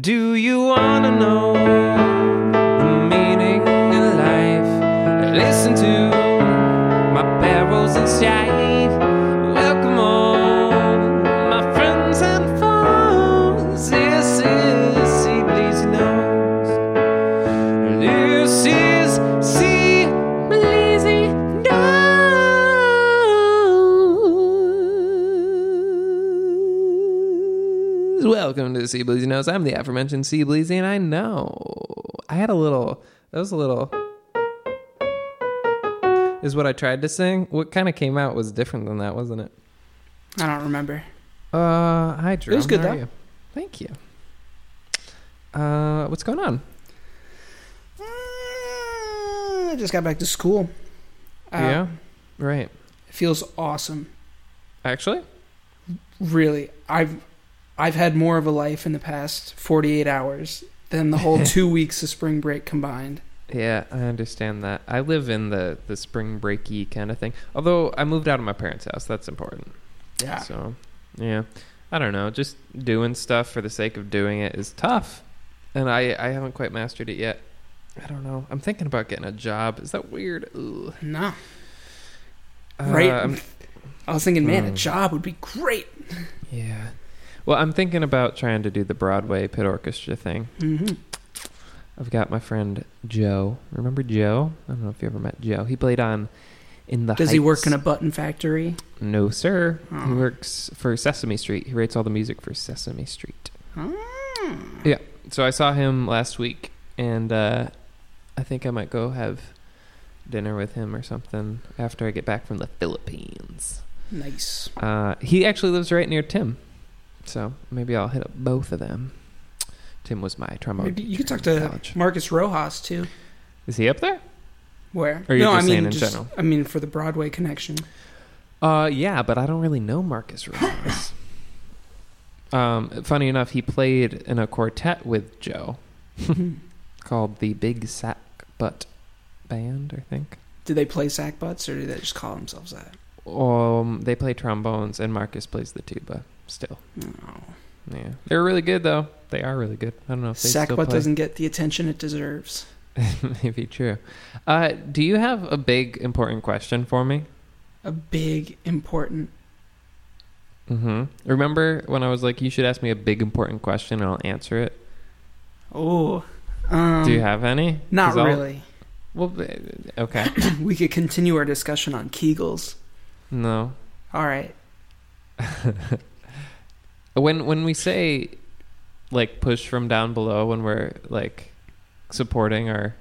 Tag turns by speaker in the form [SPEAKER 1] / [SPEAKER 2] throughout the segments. [SPEAKER 1] Do you wanna know the meaning of life? Listen to my perils and strife. Welcome all, my friends and foes. This is Sea Bleeds Knows. This is Sea Bleeds Knows. Welcome to Sea Bleeds Knows. I'm the aforementioned Sea Bleezy, and I know I had a little. That was a little is what I tried to sing. What kind of came out was different than that, wasn't it?
[SPEAKER 2] I don't remember.
[SPEAKER 1] Uh, hi, Drew.
[SPEAKER 3] It was good,
[SPEAKER 1] How are
[SPEAKER 3] though.
[SPEAKER 1] you? Thank you. Uh, what's going on?
[SPEAKER 2] Eh,
[SPEAKER 3] Uh, I just got back to school.
[SPEAKER 2] Uh,
[SPEAKER 1] yeah, right.
[SPEAKER 2] It feels awesome.
[SPEAKER 1] Actually,
[SPEAKER 2] Really. I've I've had more of a life in the past 48 hours than the whole 2 weeks of spring break combined.
[SPEAKER 1] yeah, I understand that. I live in the the spring breaky kind of thing. Although I moved out of my parents' house, that's important.
[SPEAKER 2] Yeah.
[SPEAKER 1] So, yeah, I don't know. Just doing stuff for the sake of doing it is tough, and I I haven't quite mastered it yet. I don't know. I'm thinking about getting a job. Is that weird? Ugh.
[SPEAKER 2] No.
[SPEAKER 1] Uh,
[SPEAKER 2] Right.
[SPEAKER 1] I'm
[SPEAKER 2] I was thinking, man, a
[SPEAKER 1] Hmm.
[SPEAKER 2] job would be great.
[SPEAKER 1] Yeah. Well, I'm thinking about trying to do the Broadway pit orchestra thing.
[SPEAKER 2] Mhm.
[SPEAKER 1] I've got my friend Joe. Remember Joe? I don't know if you ever met Joe. He played on in the.
[SPEAKER 2] Does he work in a
[SPEAKER 1] Heights.
[SPEAKER 2] button factory?
[SPEAKER 1] No, sir. He
[SPEAKER 2] Oh.
[SPEAKER 1] works for Sesame Street. He writes all the music for Sesame Street.
[SPEAKER 2] Hmm.
[SPEAKER 1] Yeah. So I saw him last week, and uh, I think I might go have dinner with him or something after I get back from the Philippines.
[SPEAKER 2] Nice.
[SPEAKER 1] Uh, he actually lives right near Tim, so maybe I'll hit up both of them. Tim was my trombone.
[SPEAKER 2] Maybe you
[SPEAKER 1] teacher
[SPEAKER 2] could talk
[SPEAKER 1] in
[SPEAKER 2] to
[SPEAKER 1] college.
[SPEAKER 2] Marcus Rojas too.
[SPEAKER 1] Is he up there?
[SPEAKER 2] Where?
[SPEAKER 1] Or you're
[SPEAKER 2] no,
[SPEAKER 1] just
[SPEAKER 2] I mean
[SPEAKER 1] saying in
[SPEAKER 2] just,
[SPEAKER 1] general.
[SPEAKER 2] I mean for the Broadway connection.
[SPEAKER 1] Uh, yeah, but I don't really know Marcus Rojas. um, funny enough, he played in a quartet with Joe
[SPEAKER 2] Did
[SPEAKER 1] called the Big Sack Butt Band, I think.
[SPEAKER 2] they play sack butts or do they just call themselves that?
[SPEAKER 1] Um, they play trombones, and Marcus plays the tuba. Still,
[SPEAKER 2] No.
[SPEAKER 1] yeah, they're really good though. They are really good. I don't know if they still
[SPEAKER 2] Sackbutt
[SPEAKER 1] play.
[SPEAKER 2] doesn't get the attention it deserves.
[SPEAKER 1] Maybe true. Uh, do you have a big important question for me?
[SPEAKER 2] A big, important.
[SPEAKER 1] hmm Remember when I was like, you should ask me a big important question and I'll answer it.
[SPEAKER 2] Oh, um,
[SPEAKER 1] do you have any?
[SPEAKER 2] Not
[SPEAKER 1] 'Cause I'll-
[SPEAKER 2] really.
[SPEAKER 1] Well, uh, okay.
[SPEAKER 2] we could continue our discussion on Kegels.
[SPEAKER 1] no.
[SPEAKER 2] All right.
[SPEAKER 1] When when we say like push from down below when we're like supporting our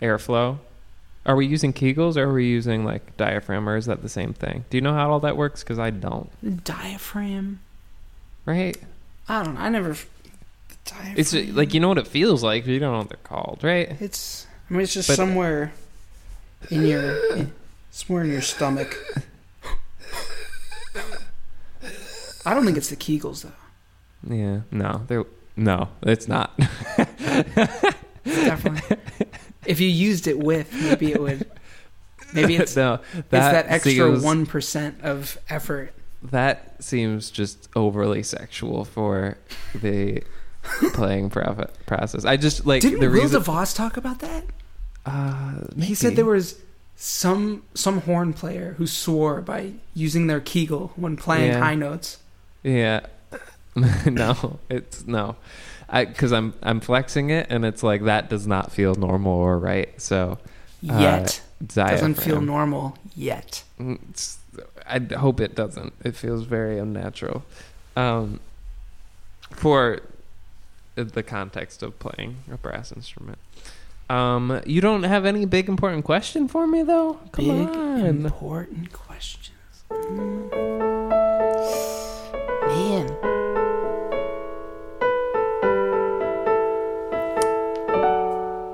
[SPEAKER 1] airflow, are we using Kegels or are we using like diaphragm or is that the same thing? Do you know how all that works? Because I don't.
[SPEAKER 2] Diaphragm.
[SPEAKER 1] Right?
[SPEAKER 2] I don't know. I never. The diaphragm.
[SPEAKER 1] It's uh, like you know what it feels like, but you don't know what they're called, right?
[SPEAKER 2] It's. I mean, it's just
[SPEAKER 1] But-
[SPEAKER 2] somewhere in your. in- somewhere in your stomach. I don't think it's the Kegels though.
[SPEAKER 1] Yeah. No. They're no. It's not.
[SPEAKER 2] It's Definitely. if you used it with, maybe it would. Maybe it's
[SPEAKER 1] no,
[SPEAKER 2] it's that extra
[SPEAKER 1] seems-
[SPEAKER 2] one percent of effort.
[SPEAKER 1] That seems just overly sexual for the playing prof- process. I just like
[SPEAKER 2] Didn't
[SPEAKER 1] the
[SPEAKER 2] Will
[SPEAKER 1] reason.
[SPEAKER 2] DeVos talk about that?
[SPEAKER 1] uh,
[SPEAKER 2] He said there was some some horn player who swore by using their kegel when playing
[SPEAKER 1] Yeah.
[SPEAKER 2] high notes.
[SPEAKER 1] Yeah. no, it's no, because I'm I'm flexing it, and it's like that does not feel normal or right. So Uh,
[SPEAKER 2] Yet
[SPEAKER 1] diaphragm Mm,
[SPEAKER 2] doesn't feel normal. Yet
[SPEAKER 1] It's- I d- hope it doesn't. It feels very unnatural. Um, for the context of playing a brass instrument. Um, you don't have any big important question for me though? Come
[SPEAKER 2] big
[SPEAKER 1] on.
[SPEAKER 2] important questions. Mm. Man, yeah,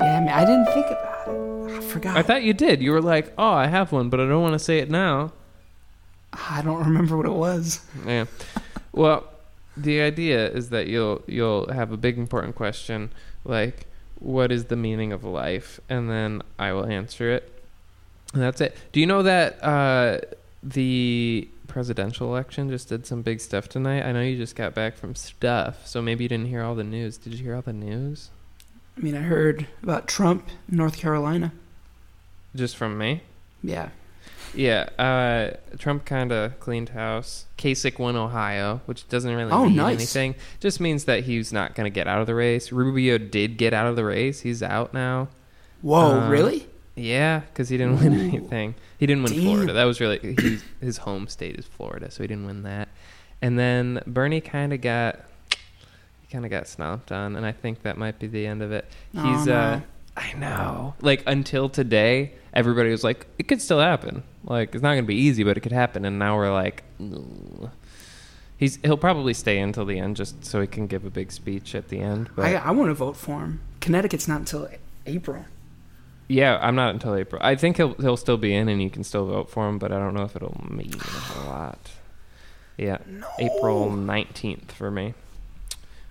[SPEAKER 2] I, mean, I didn't think about it. I forgot.
[SPEAKER 1] I thought you did. You were like, "Oh, I have one, but I don't want to say it now."
[SPEAKER 2] I don't remember what it was.
[SPEAKER 1] Yeah. Well, the idea is that you'll you'll have a big important question like what is the meaning of life and then I will answer it. And that's it. Do you know that uh the presidential election just did some big stuff tonight. I know you just got back from stuff, so maybe you didn't hear all the news. Did you hear all the news?
[SPEAKER 2] I mean, I heard about Trump, in North Carolina.
[SPEAKER 1] Just from me?
[SPEAKER 2] Yeah.
[SPEAKER 1] Yeah, uh, Trump kind of cleaned house. Kasich won Ohio, which doesn't really
[SPEAKER 2] Oh,
[SPEAKER 1] mean
[SPEAKER 2] nice.
[SPEAKER 1] anything. Just means that he's not going to get out of the race. Rubio did get out of the race. He's out now.
[SPEAKER 2] Whoa,
[SPEAKER 1] Um,
[SPEAKER 2] really?
[SPEAKER 1] Yeah, because he didn't win
[SPEAKER 2] Ooh.
[SPEAKER 1] anything. He didn't win
[SPEAKER 2] Damn.
[SPEAKER 1] Florida. That was really he, his home state is Florida, so he didn't win that. And then Bernie kind of got he kind of got stomped on, and I think that might be the end of it.
[SPEAKER 2] Oh,
[SPEAKER 1] He's uh,
[SPEAKER 2] no.
[SPEAKER 1] I know. Like until today, everybody was like, it could still happen. Like it's not going to be easy, but it could happen. And now we're like, "No." he's he'll probably stay until the end just so he can give a big speech at the end. But
[SPEAKER 2] I, I want to vote for him. Connecticut's not until April.
[SPEAKER 1] Yeah, I'm not until April. I think he'll he'll still be in, and you can still vote for him, but I don't know if it'll mean a whole lot. Yeah,
[SPEAKER 2] No.
[SPEAKER 1] April 19th for me,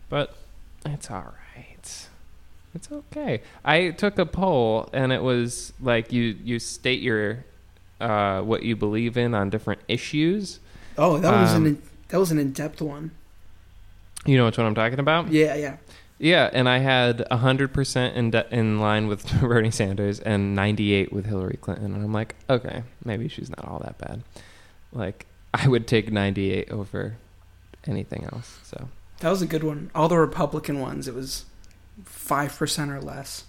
[SPEAKER 1] but it's all right. It's okay. I took a poll, and it was like you you state your uh, what you believe in on different issues.
[SPEAKER 2] Oh, that was
[SPEAKER 1] Um,
[SPEAKER 2] an that was an in depth one.
[SPEAKER 1] You know which one I'm talking about?
[SPEAKER 2] Yeah, yeah.
[SPEAKER 1] Yeah, and I had 100% in, de- in line with Bernie Sanders and 98 with Hillary Clinton. And I'm like, okay, maybe she's not all that bad. Like, I would take 98 over anything else. So,
[SPEAKER 2] That was a good one. All the Republican ones, it was five percent or less.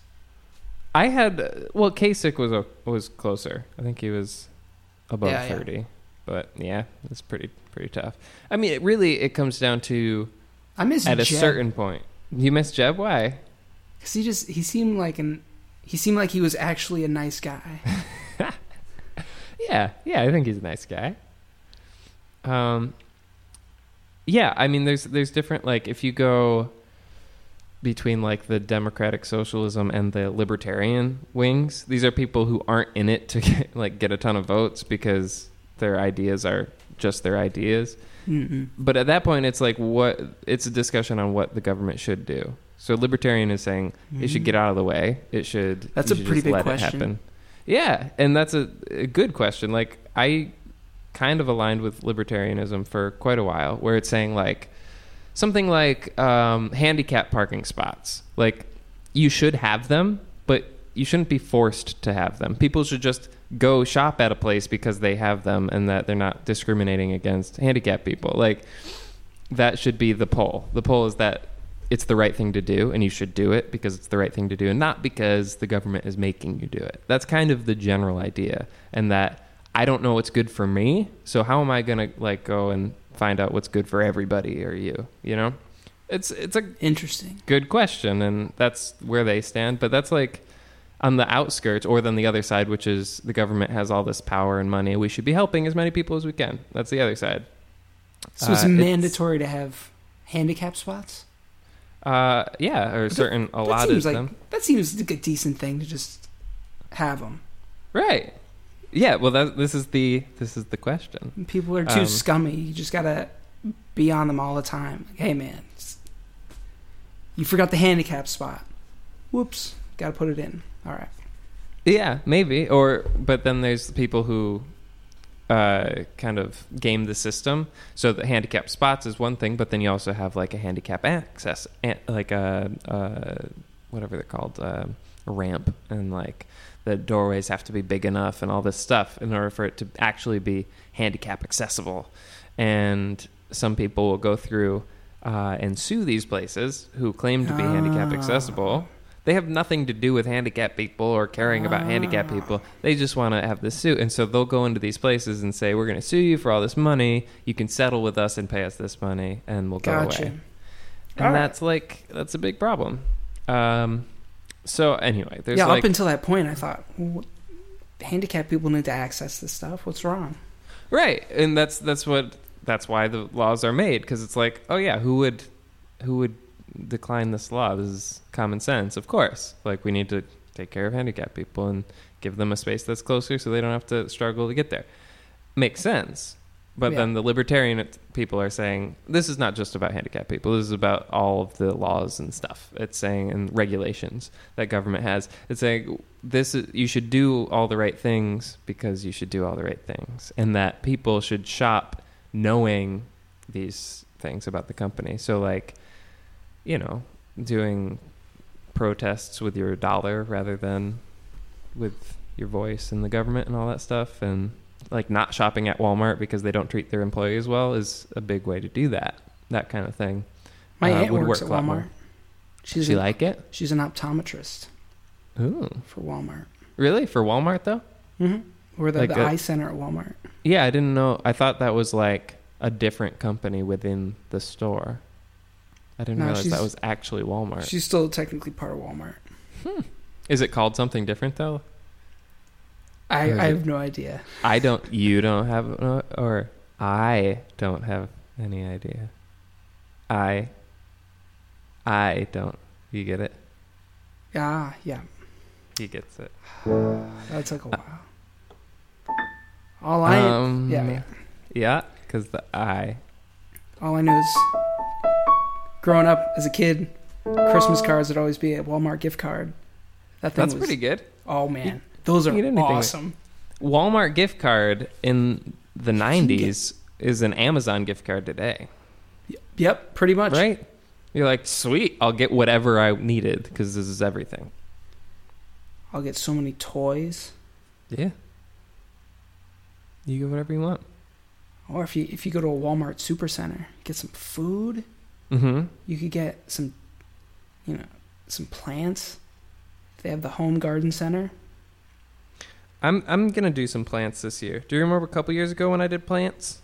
[SPEAKER 1] I had, well, Kasich was, a, was closer. I think he was above
[SPEAKER 2] Yeah, yeah.
[SPEAKER 1] 30. But yeah, it's pretty, pretty tough. I mean, it really, it comes down to
[SPEAKER 2] I miss
[SPEAKER 1] at a
[SPEAKER 2] Jeb,
[SPEAKER 1] certain point. You miss Jeb? Why?
[SPEAKER 2] 'cause he just he seemed like an he seemed like he was actually a nice guy.
[SPEAKER 1] Yeah, yeah, I think he's a nice guy. Um, yeah, I mean, there's there's different like if you go between like the democratic socialism and the libertarian wings, these are people who aren't in it to get, like get a ton of votes because their ideas are just their ideas.
[SPEAKER 2] Mm-mm.
[SPEAKER 1] But at that point, it's like what it's a discussion on what the government should do. So libertarian is saying it should get out of the way. It should.
[SPEAKER 2] That's
[SPEAKER 1] you
[SPEAKER 2] a
[SPEAKER 1] should
[SPEAKER 2] pretty
[SPEAKER 1] just
[SPEAKER 2] big
[SPEAKER 1] let it
[SPEAKER 2] question.
[SPEAKER 1] happen. Yeah, and that's a, a good question. Like I kind of aligned with libertarianism for quite a while, where it's saying like something like um, handicap parking spots. Like you should have them, but you shouldn't be forced to have them. People should just go shop at a place because they have them, and that they're not discriminating against handicapped people. Like that should be the poll. The poll is that it's the right thing to do and you should do it because it's the right thing to do and not because the government is making you do it. That's kind of the general idea and that I don't know what's good for me, so how am I going to like go and find out what's good for everybody or you, you know? It's it's a
[SPEAKER 2] Interesting.
[SPEAKER 1] good question and that's where they stand but that's like on the outskirts or then the other side which is the government has all this power and money we should be helping as many people as we can that's the other side
[SPEAKER 2] So it's
[SPEAKER 1] Uh, it's-
[SPEAKER 2] mandatory to have handicap spots.
[SPEAKER 1] uh yeah or
[SPEAKER 2] That-
[SPEAKER 1] certain a
[SPEAKER 2] that
[SPEAKER 1] lot of
[SPEAKER 2] seems
[SPEAKER 1] them
[SPEAKER 2] like that seems like a decent thing to just have them.
[SPEAKER 1] Right. Yeah. Well, that, this is the this is the question.
[SPEAKER 2] People are too
[SPEAKER 1] Um,
[SPEAKER 2] scummy. You just gotta be on them all the time. Like, hey man, s- you forgot the handicap spot. Whoops, gotta put it in. All right.
[SPEAKER 1] Yeah, maybe. Or but then there's the people who uh, kind of game the system. So the handicap spots is one thing, but then you also have like a handicap access, an- like a uh, whatever they're called, um a ramp, and like the doorways have to be big enough and all this stuff in order for it to actually be handicap accessible. And some people will go through uh, and sue these places who claim to be handicap
[SPEAKER 2] Ah.
[SPEAKER 1] accessible. They have nothing to do with handicap people or caring about handicap
[SPEAKER 2] Ah.
[SPEAKER 1] people. They just want to have this suit. And so they'll go into these places and say, We're going to sue you for all this money. You can settle with us and pay us this money, and we'll
[SPEAKER 2] Gotcha.
[SPEAKER 1] go away.
[SPEAKER 2] All
[SPEAKER 1] And
[SPEAKER 2] right.
[SPEAKER 1] that's like, that's a big problem. Um, so, anyway, there's
[SPEAKER 2] yeah,
[SPEAKER 1] like.
[SPEAKER 2] up until that point, I thought well, wh- handicapped people need to access this stuff. What's wrong?
[SPEAKER 1] Right, and that's that's what that's why the laws are made because it's like, oh yeah, who would who would decline this law? This is common sense, of course. Like we need to take care of handicapped people and give them a space that's closer so they don't have to struggle to get there. Makes sense. But
[SPEAKER 2] Yeah.
[SPEAKER 1] then the libertarian people are saying this is not just about handicapped people. This is about all of the laws and stuff. It's saying and regulations that government has. It's saying this is, you should do all the right things because you should do all the right things and that people should shop knowing these things about the company. So like, you know, doing protests with your dollar rather than with your voice and the government and all that stuff and like not shopping at Walmart because they don't treat their employees well is a big way to do that. That kind of thing.
[SPEAKER 2] My
[SPEAKER 1] Uh,
[SPEAKER 2] aunt
[SPEAKER 1] would
[SPEAKER 2] works
[SPEAKER 1] work a
[SPEAKER 2] at
[SPEAKER 1] lot
[SPEAKER 2] Walmart.
[SPEAKER 1] more.
[SPEAKER 2] She's
[SPEAKER 1] she
[SPEAKER 2] an,
[SPEAKER 1] like it?
[SPEAKER 2] she's an optometrist
[SPEAKER 1] Ooh.
[SPEAKER 2] for Walmart.
[SPEAKER 1] Really? For Walmart though?
[SPEAKER 2] hmm Or the,
[SPEAKER 1] Like
[SPEAKER 2] the
[SPEAKER 1] a-
[SPEAKER 2] eye center at Walmart.
[SPEAKER 1] Yeah, I didn't know. I thought that was like a different company within the store. I didn't
[SPEAKER 2] No,
[SPEAKER 1] realize that
[SPEAKER 2] she's-
[SPEAKER 1] was actually Walmart.
[SPEAKER 2] She's still technically part of Walmart.
[SPEAKER 1] Is it called something different though?
[SPEAKER 2] I,
[SPEAKER 1] Or is
[SPEAKER 2] I
[SPEAKER 1] it-
[SPEAKER 2] have no idea.
[SPEAKER 1] I don't. You don't have, uh, or I don't have any idea. I. I don't. You get it.
[SPEAKER 2] Ah, yeah.
[SPEAKER 1] He gets it.
[SPEAKER 2] That took a while. All I
[SPEAKER 1] Uh, um,
[SPEAKER 2] yeah, yeah.
[SPEAKER 1] Yeah, because the I.
[SPEAKER 2] all I know is growing up as a kid, Christmas cards would always be a Walmart gift card. That thing
[SPEAKER 1] That's
[SPEAKER 2] was
[SPEAKER 1] pretty good.
[SPEAKER 2] Oh man, those are
[SPEAKER 1] you didn't think it-
[SPEAKER 2] awesome.
[SPEAKER 1] Walmart gift card in the '90s is an Amazon gift card today.
[SPEAKER 2] Yep, pretty much.
[SPEAKER 1] right? You're like, sweet, I'll get whatever I needed because this is everything.
[SPEAKER 2] I'll get so many toys.
[SPEAKER 1] Yeah. You get whatever you want.
[SPEAKER 2] Or if you if you go to a Walmart supercenter, get some food.
[SPEAKER 1] Mm-hmm.
[SPEAKER 2] You could get some, you know, some plants. They have the home garden center.
[SPEAKER 1] I'm I'm gonna do some plants this year. Do you remember a couple years ago when I did plants?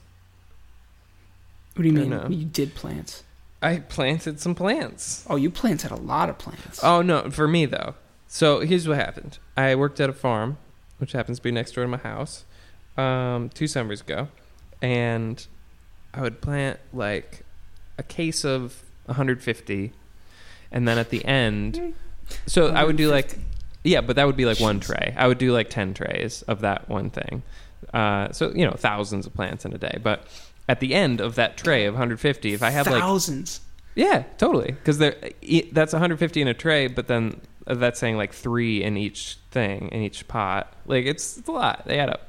[SPEAKER 2] What do you
[SPEAKER 1] Fair
[SPEAKER 2] mean?
[SPEAKER 1] enough.
[SPEAKER 2] You did plants.
[SPEAKER 1] I planted some plants.
[SPEAKER 2] Oh, you planted a lot of plants.
[SPEAKER 1] Oh no, for me though. So here's what happened. I worked at a farm, which happens to be next door to my house, um, two summers ago, and I would plant like a case of 150, and then at the end, so I would do like, yeah, but that would be like one tray. I would do like 10 trays of that one thing. Uh, so you know, thousands of plants in a day, but. At the end of that tray of 150, if I had like
[SPEAKER 2] thousands.
[SPEAKER 1] yeah, totally. Because they're e- that's 150 in a tray, but then uh, that's saying like three in each thing in each pot. Like it's, it's a lot. They add up.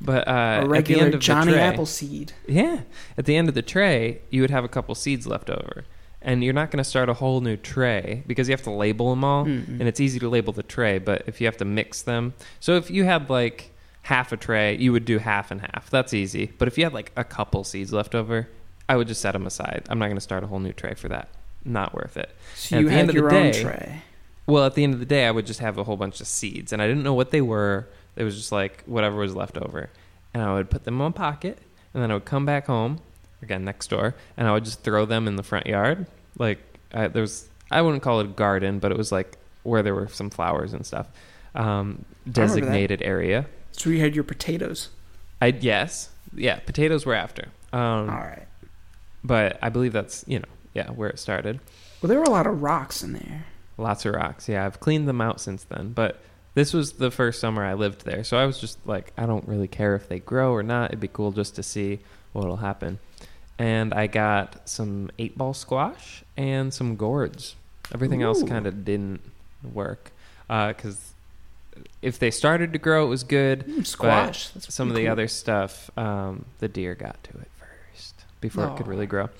[SPEAKER 1] But uh,
[SPEAKER 2] a
[SPEAKER 1] at the
[SPEAKER 2] regular
[SPEAKER 1] end of
[SPEAKER 2] Johnny
[SPEAKER 1] the tray,
[SPEAKER 2] Appleseed.
[SPEAKER 1] yeah, at the end of the tray, you would have a couple seeds left over, and you're not going to start a whole new tray because you have to label them all,
[SPEAKER 2] Mm-mm.
[SPEAKER 1] Oh, and it's easy to label the tray. But if you have to mix them, so if you had like half a tray, you would do half and half. That's easy. But if you had like a couple seeds left over, I would just set them aside. I'm not going to start a whole new tray for that. Not worth it.
[SPEAKER 2] So
[SPEAKER 1] at
[SPEAKER 2] you
[SPEAKER 1] the end
[SPEAKER 2] had
[SPEAKER 1] of the
[SPEAKER 2] your own
[SPEAKER 1] day-
[SPEAKER 2] tray.
[SPEAKER 1] Well, at the end of the day, I would just have a whole bunch of seeds, and I didn't know what they were. It was just like whatever was left over, and I would put them in my pocket, and then I would come back home again next door, and I would just throw them in the front yard. Like I, there was, I wouldn't call it a garden, but it was like where there were some flowers and stuff, um,
[SPEAKER 2] that.
[SPEAKER 1] designated area.
[SPEAKER 2] So you had your potatoes.
[SPEAKER 1] I yes, yeah, potatoes were after, um,
[SPEAKER 2] All right.
[SPEAKER 1] but I believe that's you know yeah where it started.
[SPEAKER 2] Well, there were a lot of rocks in there.
[SPEAKER 1] Lots of rocks. Yeah, I've cleaned them out since then. But this was the first summer I lived there. So I was just like, I don't really care if they grow or not. It'd be cool just to see what'll happen. And I got some eight ball squash and some gourds. Everything else
[SPEAKER 2] Ooh.
[SPEAKER 1] kind of didn't work. Because if they started to grow, it was good.
[SPEAKER 2] Mm, squash. That's
[SPEAKER 1] Some of
[SPEAKER 2] pretty
[SPEAKER 1] the
[SPEAKER 2] cool.
[SPEAKER 1] other stuff, um, the deer got to it first before it could
[SPEAKER 2] Aw.
[SPEAKER 1] really grow.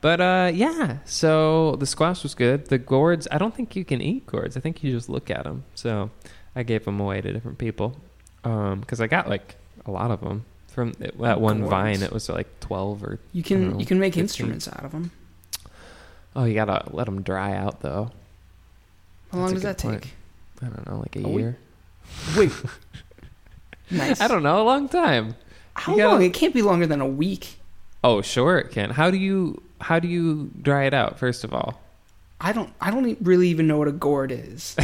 [SPEAKER 1] But uh, yeah, so the squash was good. The gourds, I don't think you can eat gourds. I think you just look at them. So I gave them away to different people because I got like a lot of them from that one
[SPEAKER 2] Gourds.
[SPEAKER 1] vine. It was like twelve or
[SPEAKER 2] You
[SPEAKER 1] I don't
[SPEAKER 2] can
[SPEAKER 1] know,
[SPEAKER 2] you can make
[SPEAKER 1] 15.
[SPEAKER 2] instruments out of them.
[SPEAKER 1] oh, you gotta let them dry out though. That's
[SPEAKER 2] How long
[SPEAKER 1] a
[SPEAKER 2] does
[SPEAKER 1] good
[SPEAKER 2] that
[SPEAKER 1] point.
[SPEAKER 2] take?
[SPEAKER 1] I don't know, like a
[SPEAKER 2] A week?
[SPEAKER 1] year.
[SPEAKER 2] Wait. nice.
[SPEAKER 1] I don't know, a long time.
[SPEAKER 2] How
[SPEAKER 1] you gotta-
[SPEAKER 2] long? It can't be longer than a week.
[SPEAKER 1] Oh, sure it can. How do you how do you dry it out? First of all,
[SPEAKER 2] I don't. I don't e- really even know what a gourd is.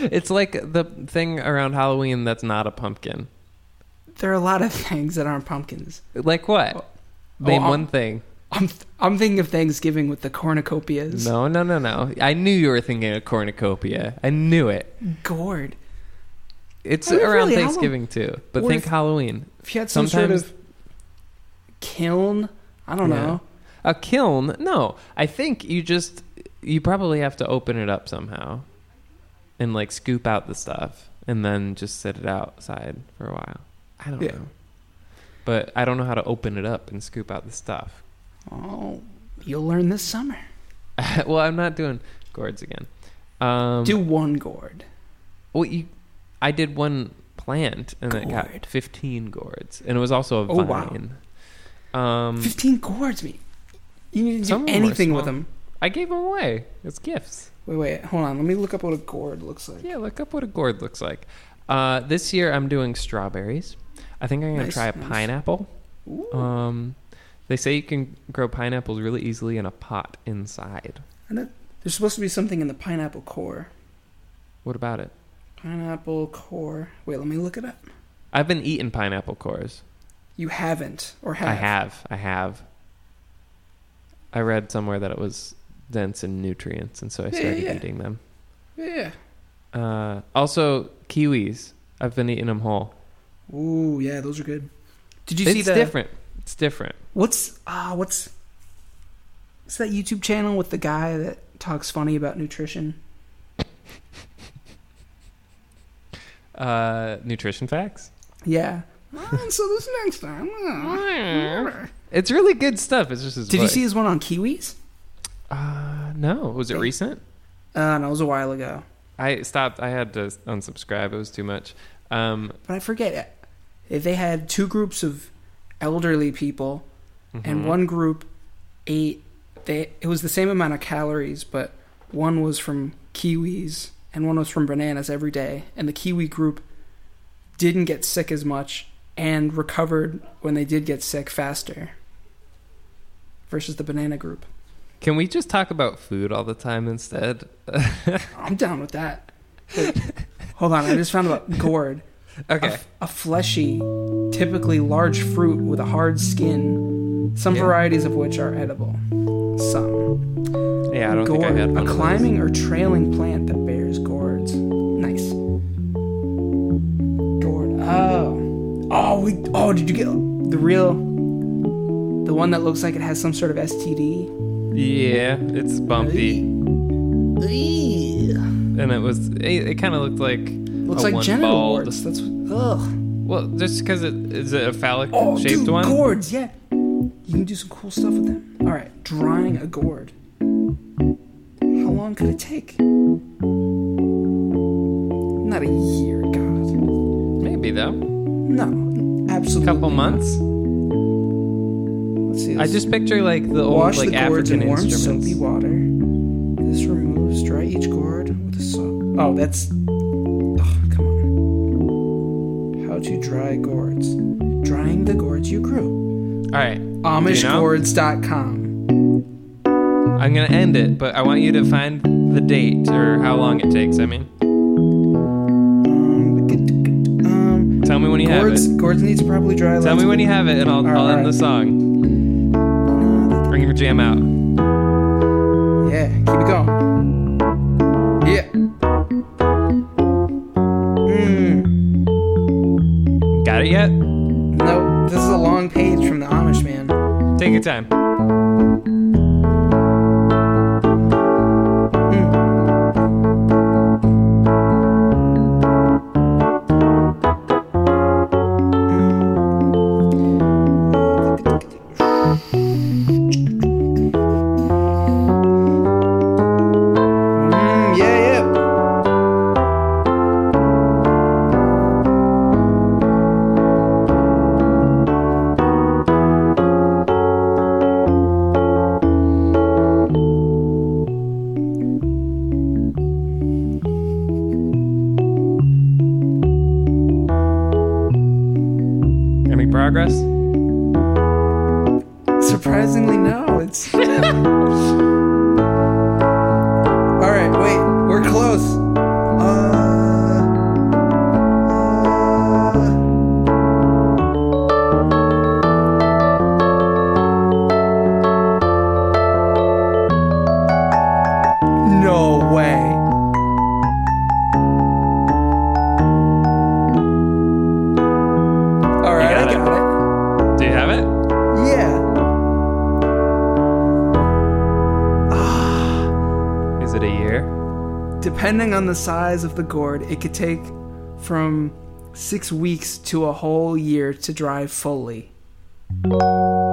[SPEAKER 1] it's like the thing around Halloween that's not a pumpkin.
[SPEAKER 2] there are a lot of things that aren't pumpkins.
[SPEAKER 1] Like what?
[SPEAKER 2] Oh,
[SPEAKER 1] Name
[SPEAKER 2] I'm-
[SPEAKER 1] one thing.
[SPEAKER 2] I'm th- I'm thinking of Thanksgiving with the cornucopias.
[SPEAKER 1] No, no, no, no. I knew you were thinking of cornucopia. I knew it.
[SPEAKER 2] Gourd.
[SPEAKER 1] It's
[SPEAKER 2] I mean,
[SPEAKER 1] around
[SPEAKER 2] Oh, really, how long-
[SPEAKER 1] Thanksgiving too. But
[SPEAKER 2] What
[SPEAKER 1] think
[SPEAKER 2] if-
[SPEAKER 1] Halloween.
[SPEAKER 2] If you had some
[SPEAKER 1] Sometimes-
[SPEAKER 2] sort of kiln, I don't
[SPEAKER 1] Yeah.
[SPEAKER 2] know.
[SPEAKER 1] A kiln? No. I think you just you probably have to open it up somehow and like scoop out the stuff and then just sit it outside for a while. I don't
[SPEAKER 2] Yeah.
[SPEAKER 1] know. but I don't know how to open it up and scoop out the stuff.
[SPEAKER 2] Oh, you'll learn this summer.
[SPEAKER 1] well, I'm not doing gourds again. Um,
[SPEAKER 2] Do one gourd.
[SPEAKER 1] well, you, I did one plant and it
[SPEAKER 2] Gourd.
[SPEAKER 1] got 15 gourds, and it was also a
[SPEAKER 2] Oh, wow.
[SPEAKER 1] vine. Um,
[SPEAKER 2] Fifteen gourds, me. You need to
[SPEAKER 1] Some of
[SPEAKER 2] do
[SPEAKER 1] them are
[SPEAKER 2] anything with
[SPEAKER 1] small.
[SPEAKER 2] them.
[SPEAKER 1] I gave them away as gifts.
[SPEAKER 2] Wait, wait, hold on. Let me look up what a gourd looks like.
[SPEAKER 1] Yeah, look up what a gourd looks like. Uh, this year I'm doing strawberries. I think I'm gonna
[SPEAKER 2] Nice,
[SPEAKER 1] try a
[SPEAKER 2] nice.
[SPEAKER 1] pineapple.
[SPEAKER 2] Ooh,
[SPEAKER 1] Um, they say you can grow pineapples really easily in a pot inside.
[SPEAKER 2] There's supposed to be something in the pineapple core.
[SPEAKER 1] What about it?
[SPEAKER 2] Pineapple core. Wait, let me look it up.
[SPEAKER 1] I've been eating pineapple cores.
[SPEAKER 2] You haven't or have?
[SPEAKER 1] I have. I have. I read somewhere that it was dense in nutrients, and so I
[SPEAKER 2] Yeah, yeah,
[SPEAKER 1] started
[SPEAKER 2] yeah.
[SPEAKER 1] eating them.
[SPEAKER 2] Yeah.
[SPEAKER 1] Uh, also, kiwis. I've been eating them whole.
[SPEAKER 2] Ooh, yeah, those are good. Did you
[SPEAKER 1] it's
[SPEAKER 2] see the
[SPEAKER 1] different. It's different.
[SPEAKER 2] what's ah what's it's that YouTube channel with the guy that talks funny about nutrition?
[SPEAKER 1] Uh, nutrition facts.
[SPEAKER 2] Yeah. Ah, so this next time. ah.
[SPEAKER 1] It's really good stuff. It's just his
[SPEAKER 2] Did you
[SPEAKER 1] voice.
[SPEAKER 2] see his one on kiwis?
[SPEAKER 1] Uh, no. Was it
[SPEAKER 2] Yeah.
[SPEAKER 1] recent?
[SPEAKER 2] Uh, no, it was a while ago,
[SPEAKER 1] I stopped. I had to unsubscribe. It was too much. Um,
[SPEAKER 2] but I forget it. If They had two groups of elderly people,
[SPEAKER 1] mhm.
[SPEAKER 2] and one group ate. They it was the same amount of calories, but one was from kiwis and one was from bananas every day, and the kiwi group didn't get sick as much and recovered when they did get sick faster versus the banana group.
[SPEAKER 1] Can we just talk about food all the time instead?
[SPEAKER 2] I'm down with that. Wait, hold on, I just found about gourd. A,
[SPEAKER 1] Okay.
[SPEAKER 2] f- a fleshy, typically large fruit with a hard skin, some
[SPEAKER 1] Yeah.
[SPEAKER 2] varieties of which are edible. Some.
[SPEAKER 1] Uh, Yeah, I don't think I
[SPEAKER 2] Gourd,
[SPEAKER 1] had one.
[SPEAKER 2] a
[SPEAKER 1] of those.
[SPEAKER 2] climbing or trailing plant that bears gourds. Nice. Gourd. Oh. Oh, we. Oh, did you get the real? The one that looks like it has some sort of STD.
[SPEAKER 1] Yeah, it's bumpy.
[SPEAKER 2] Ew.
[SPEAKER 1] and it was it, it kind of looked like
[SPEAKER 2] Looks
[SPEAKER 1] a
[SPEAKER 2] like
[SPEAKER 1] one
[SPEAKER 2] genital
[SPEAKER 1] balled-
[SPEAKER 2] warts. That's ugh.
[SPEAKER 1] Well, just because it is it a phallic
[SPEAKER 2] Oh,
[SPEAKER 1] shaped
[SPEAKER 2] dude,
[SPEAKER 1] one.
[SPEAKER 2] gourds. Yeah, you can do some cool stuff with them. All right, drying a gourd. How long could it take? Not a year, God.
[SPEAKER 1] Maybe though,
[SPEAKER 2] No,
[SPEAKER 1] a
[SPEAKER 2] absolutely.
[SPEAKER 1] couple
[SPEAKER 2] not.
[SPEAKER 1] months.
[SPEAKER 2] Let's see.
[SPEAKER 1] I
[SPEAKER 2] this.
[SPEAKER 1] just picture like the old
[SPEAKER 2] wash
[SPEAKER 1] like
[SPEAKER 2] the gourds
[SPEAKER 1] African
[SPEAKER 2] in warm
[SPEAKER 1] instruments.
[SPEAKER 2] soapy water. This removes dry each gourd with a soap. Oh, that's. Oh, come on. How to dry gourds? Drying the gourds you grew.
[SPEAKER 1] All right,
[SPEAKER 2] AmishGourds.com.
[SPEAKER 1] I'm gonna end it, but I want you to find the date or how long it takes. I mean,
[SPEAKER 2] Um, um,
[SPEAKER 1] tell me when you
[SPEAKER 2] gourds,
[SPEAKER 1] have
[SPEAKER 2] gourds needs to probably
[SPEAKER 1] it.
[SPEAKER 2] dry.
[SPEAKER 1] Tell
[SPEAKER 2] last-
[SPEAKER 1] me when you have it, and I'll,
[SPEAKER 2] All
[SPEAKER 1] I'll
[SPEAKER 2] right.
[SPEAKER 1] end the song.
[SPEAKER 2] Uh,
[SPEAKER 1] We're gonna jam out.
[SPEAKER 2] that- Yeah, keep it going. Yeah. Mm,
[SPEAKER 1] Got it yet?
[SPEAKER 2] no, this is a long page from the Amish man.
[SPEAKER 1] Take your time.
[SPEAKER 2] Mm, yeah, yeah.
[SPEAKER 1] Any progress?
[SPEAKER 2] Surprisingly, no. It's. All right, wait. We're close. Uh, uh, no way. All right,
[SPEAKER 1] got
[SPEAKER 2] I
[SPEAKER 1] it.
[SPEAKER 2] got
[SPEAKER 1] Do you have it?
[SPEAKER 2] it. Yeah.
[SPEAKER 1] Is it a year?
[SPEAKER 2] Depending on the size of the gourd, it could take from six weeks to a whole year to dry fully.
[SPEAKER 1] Bye.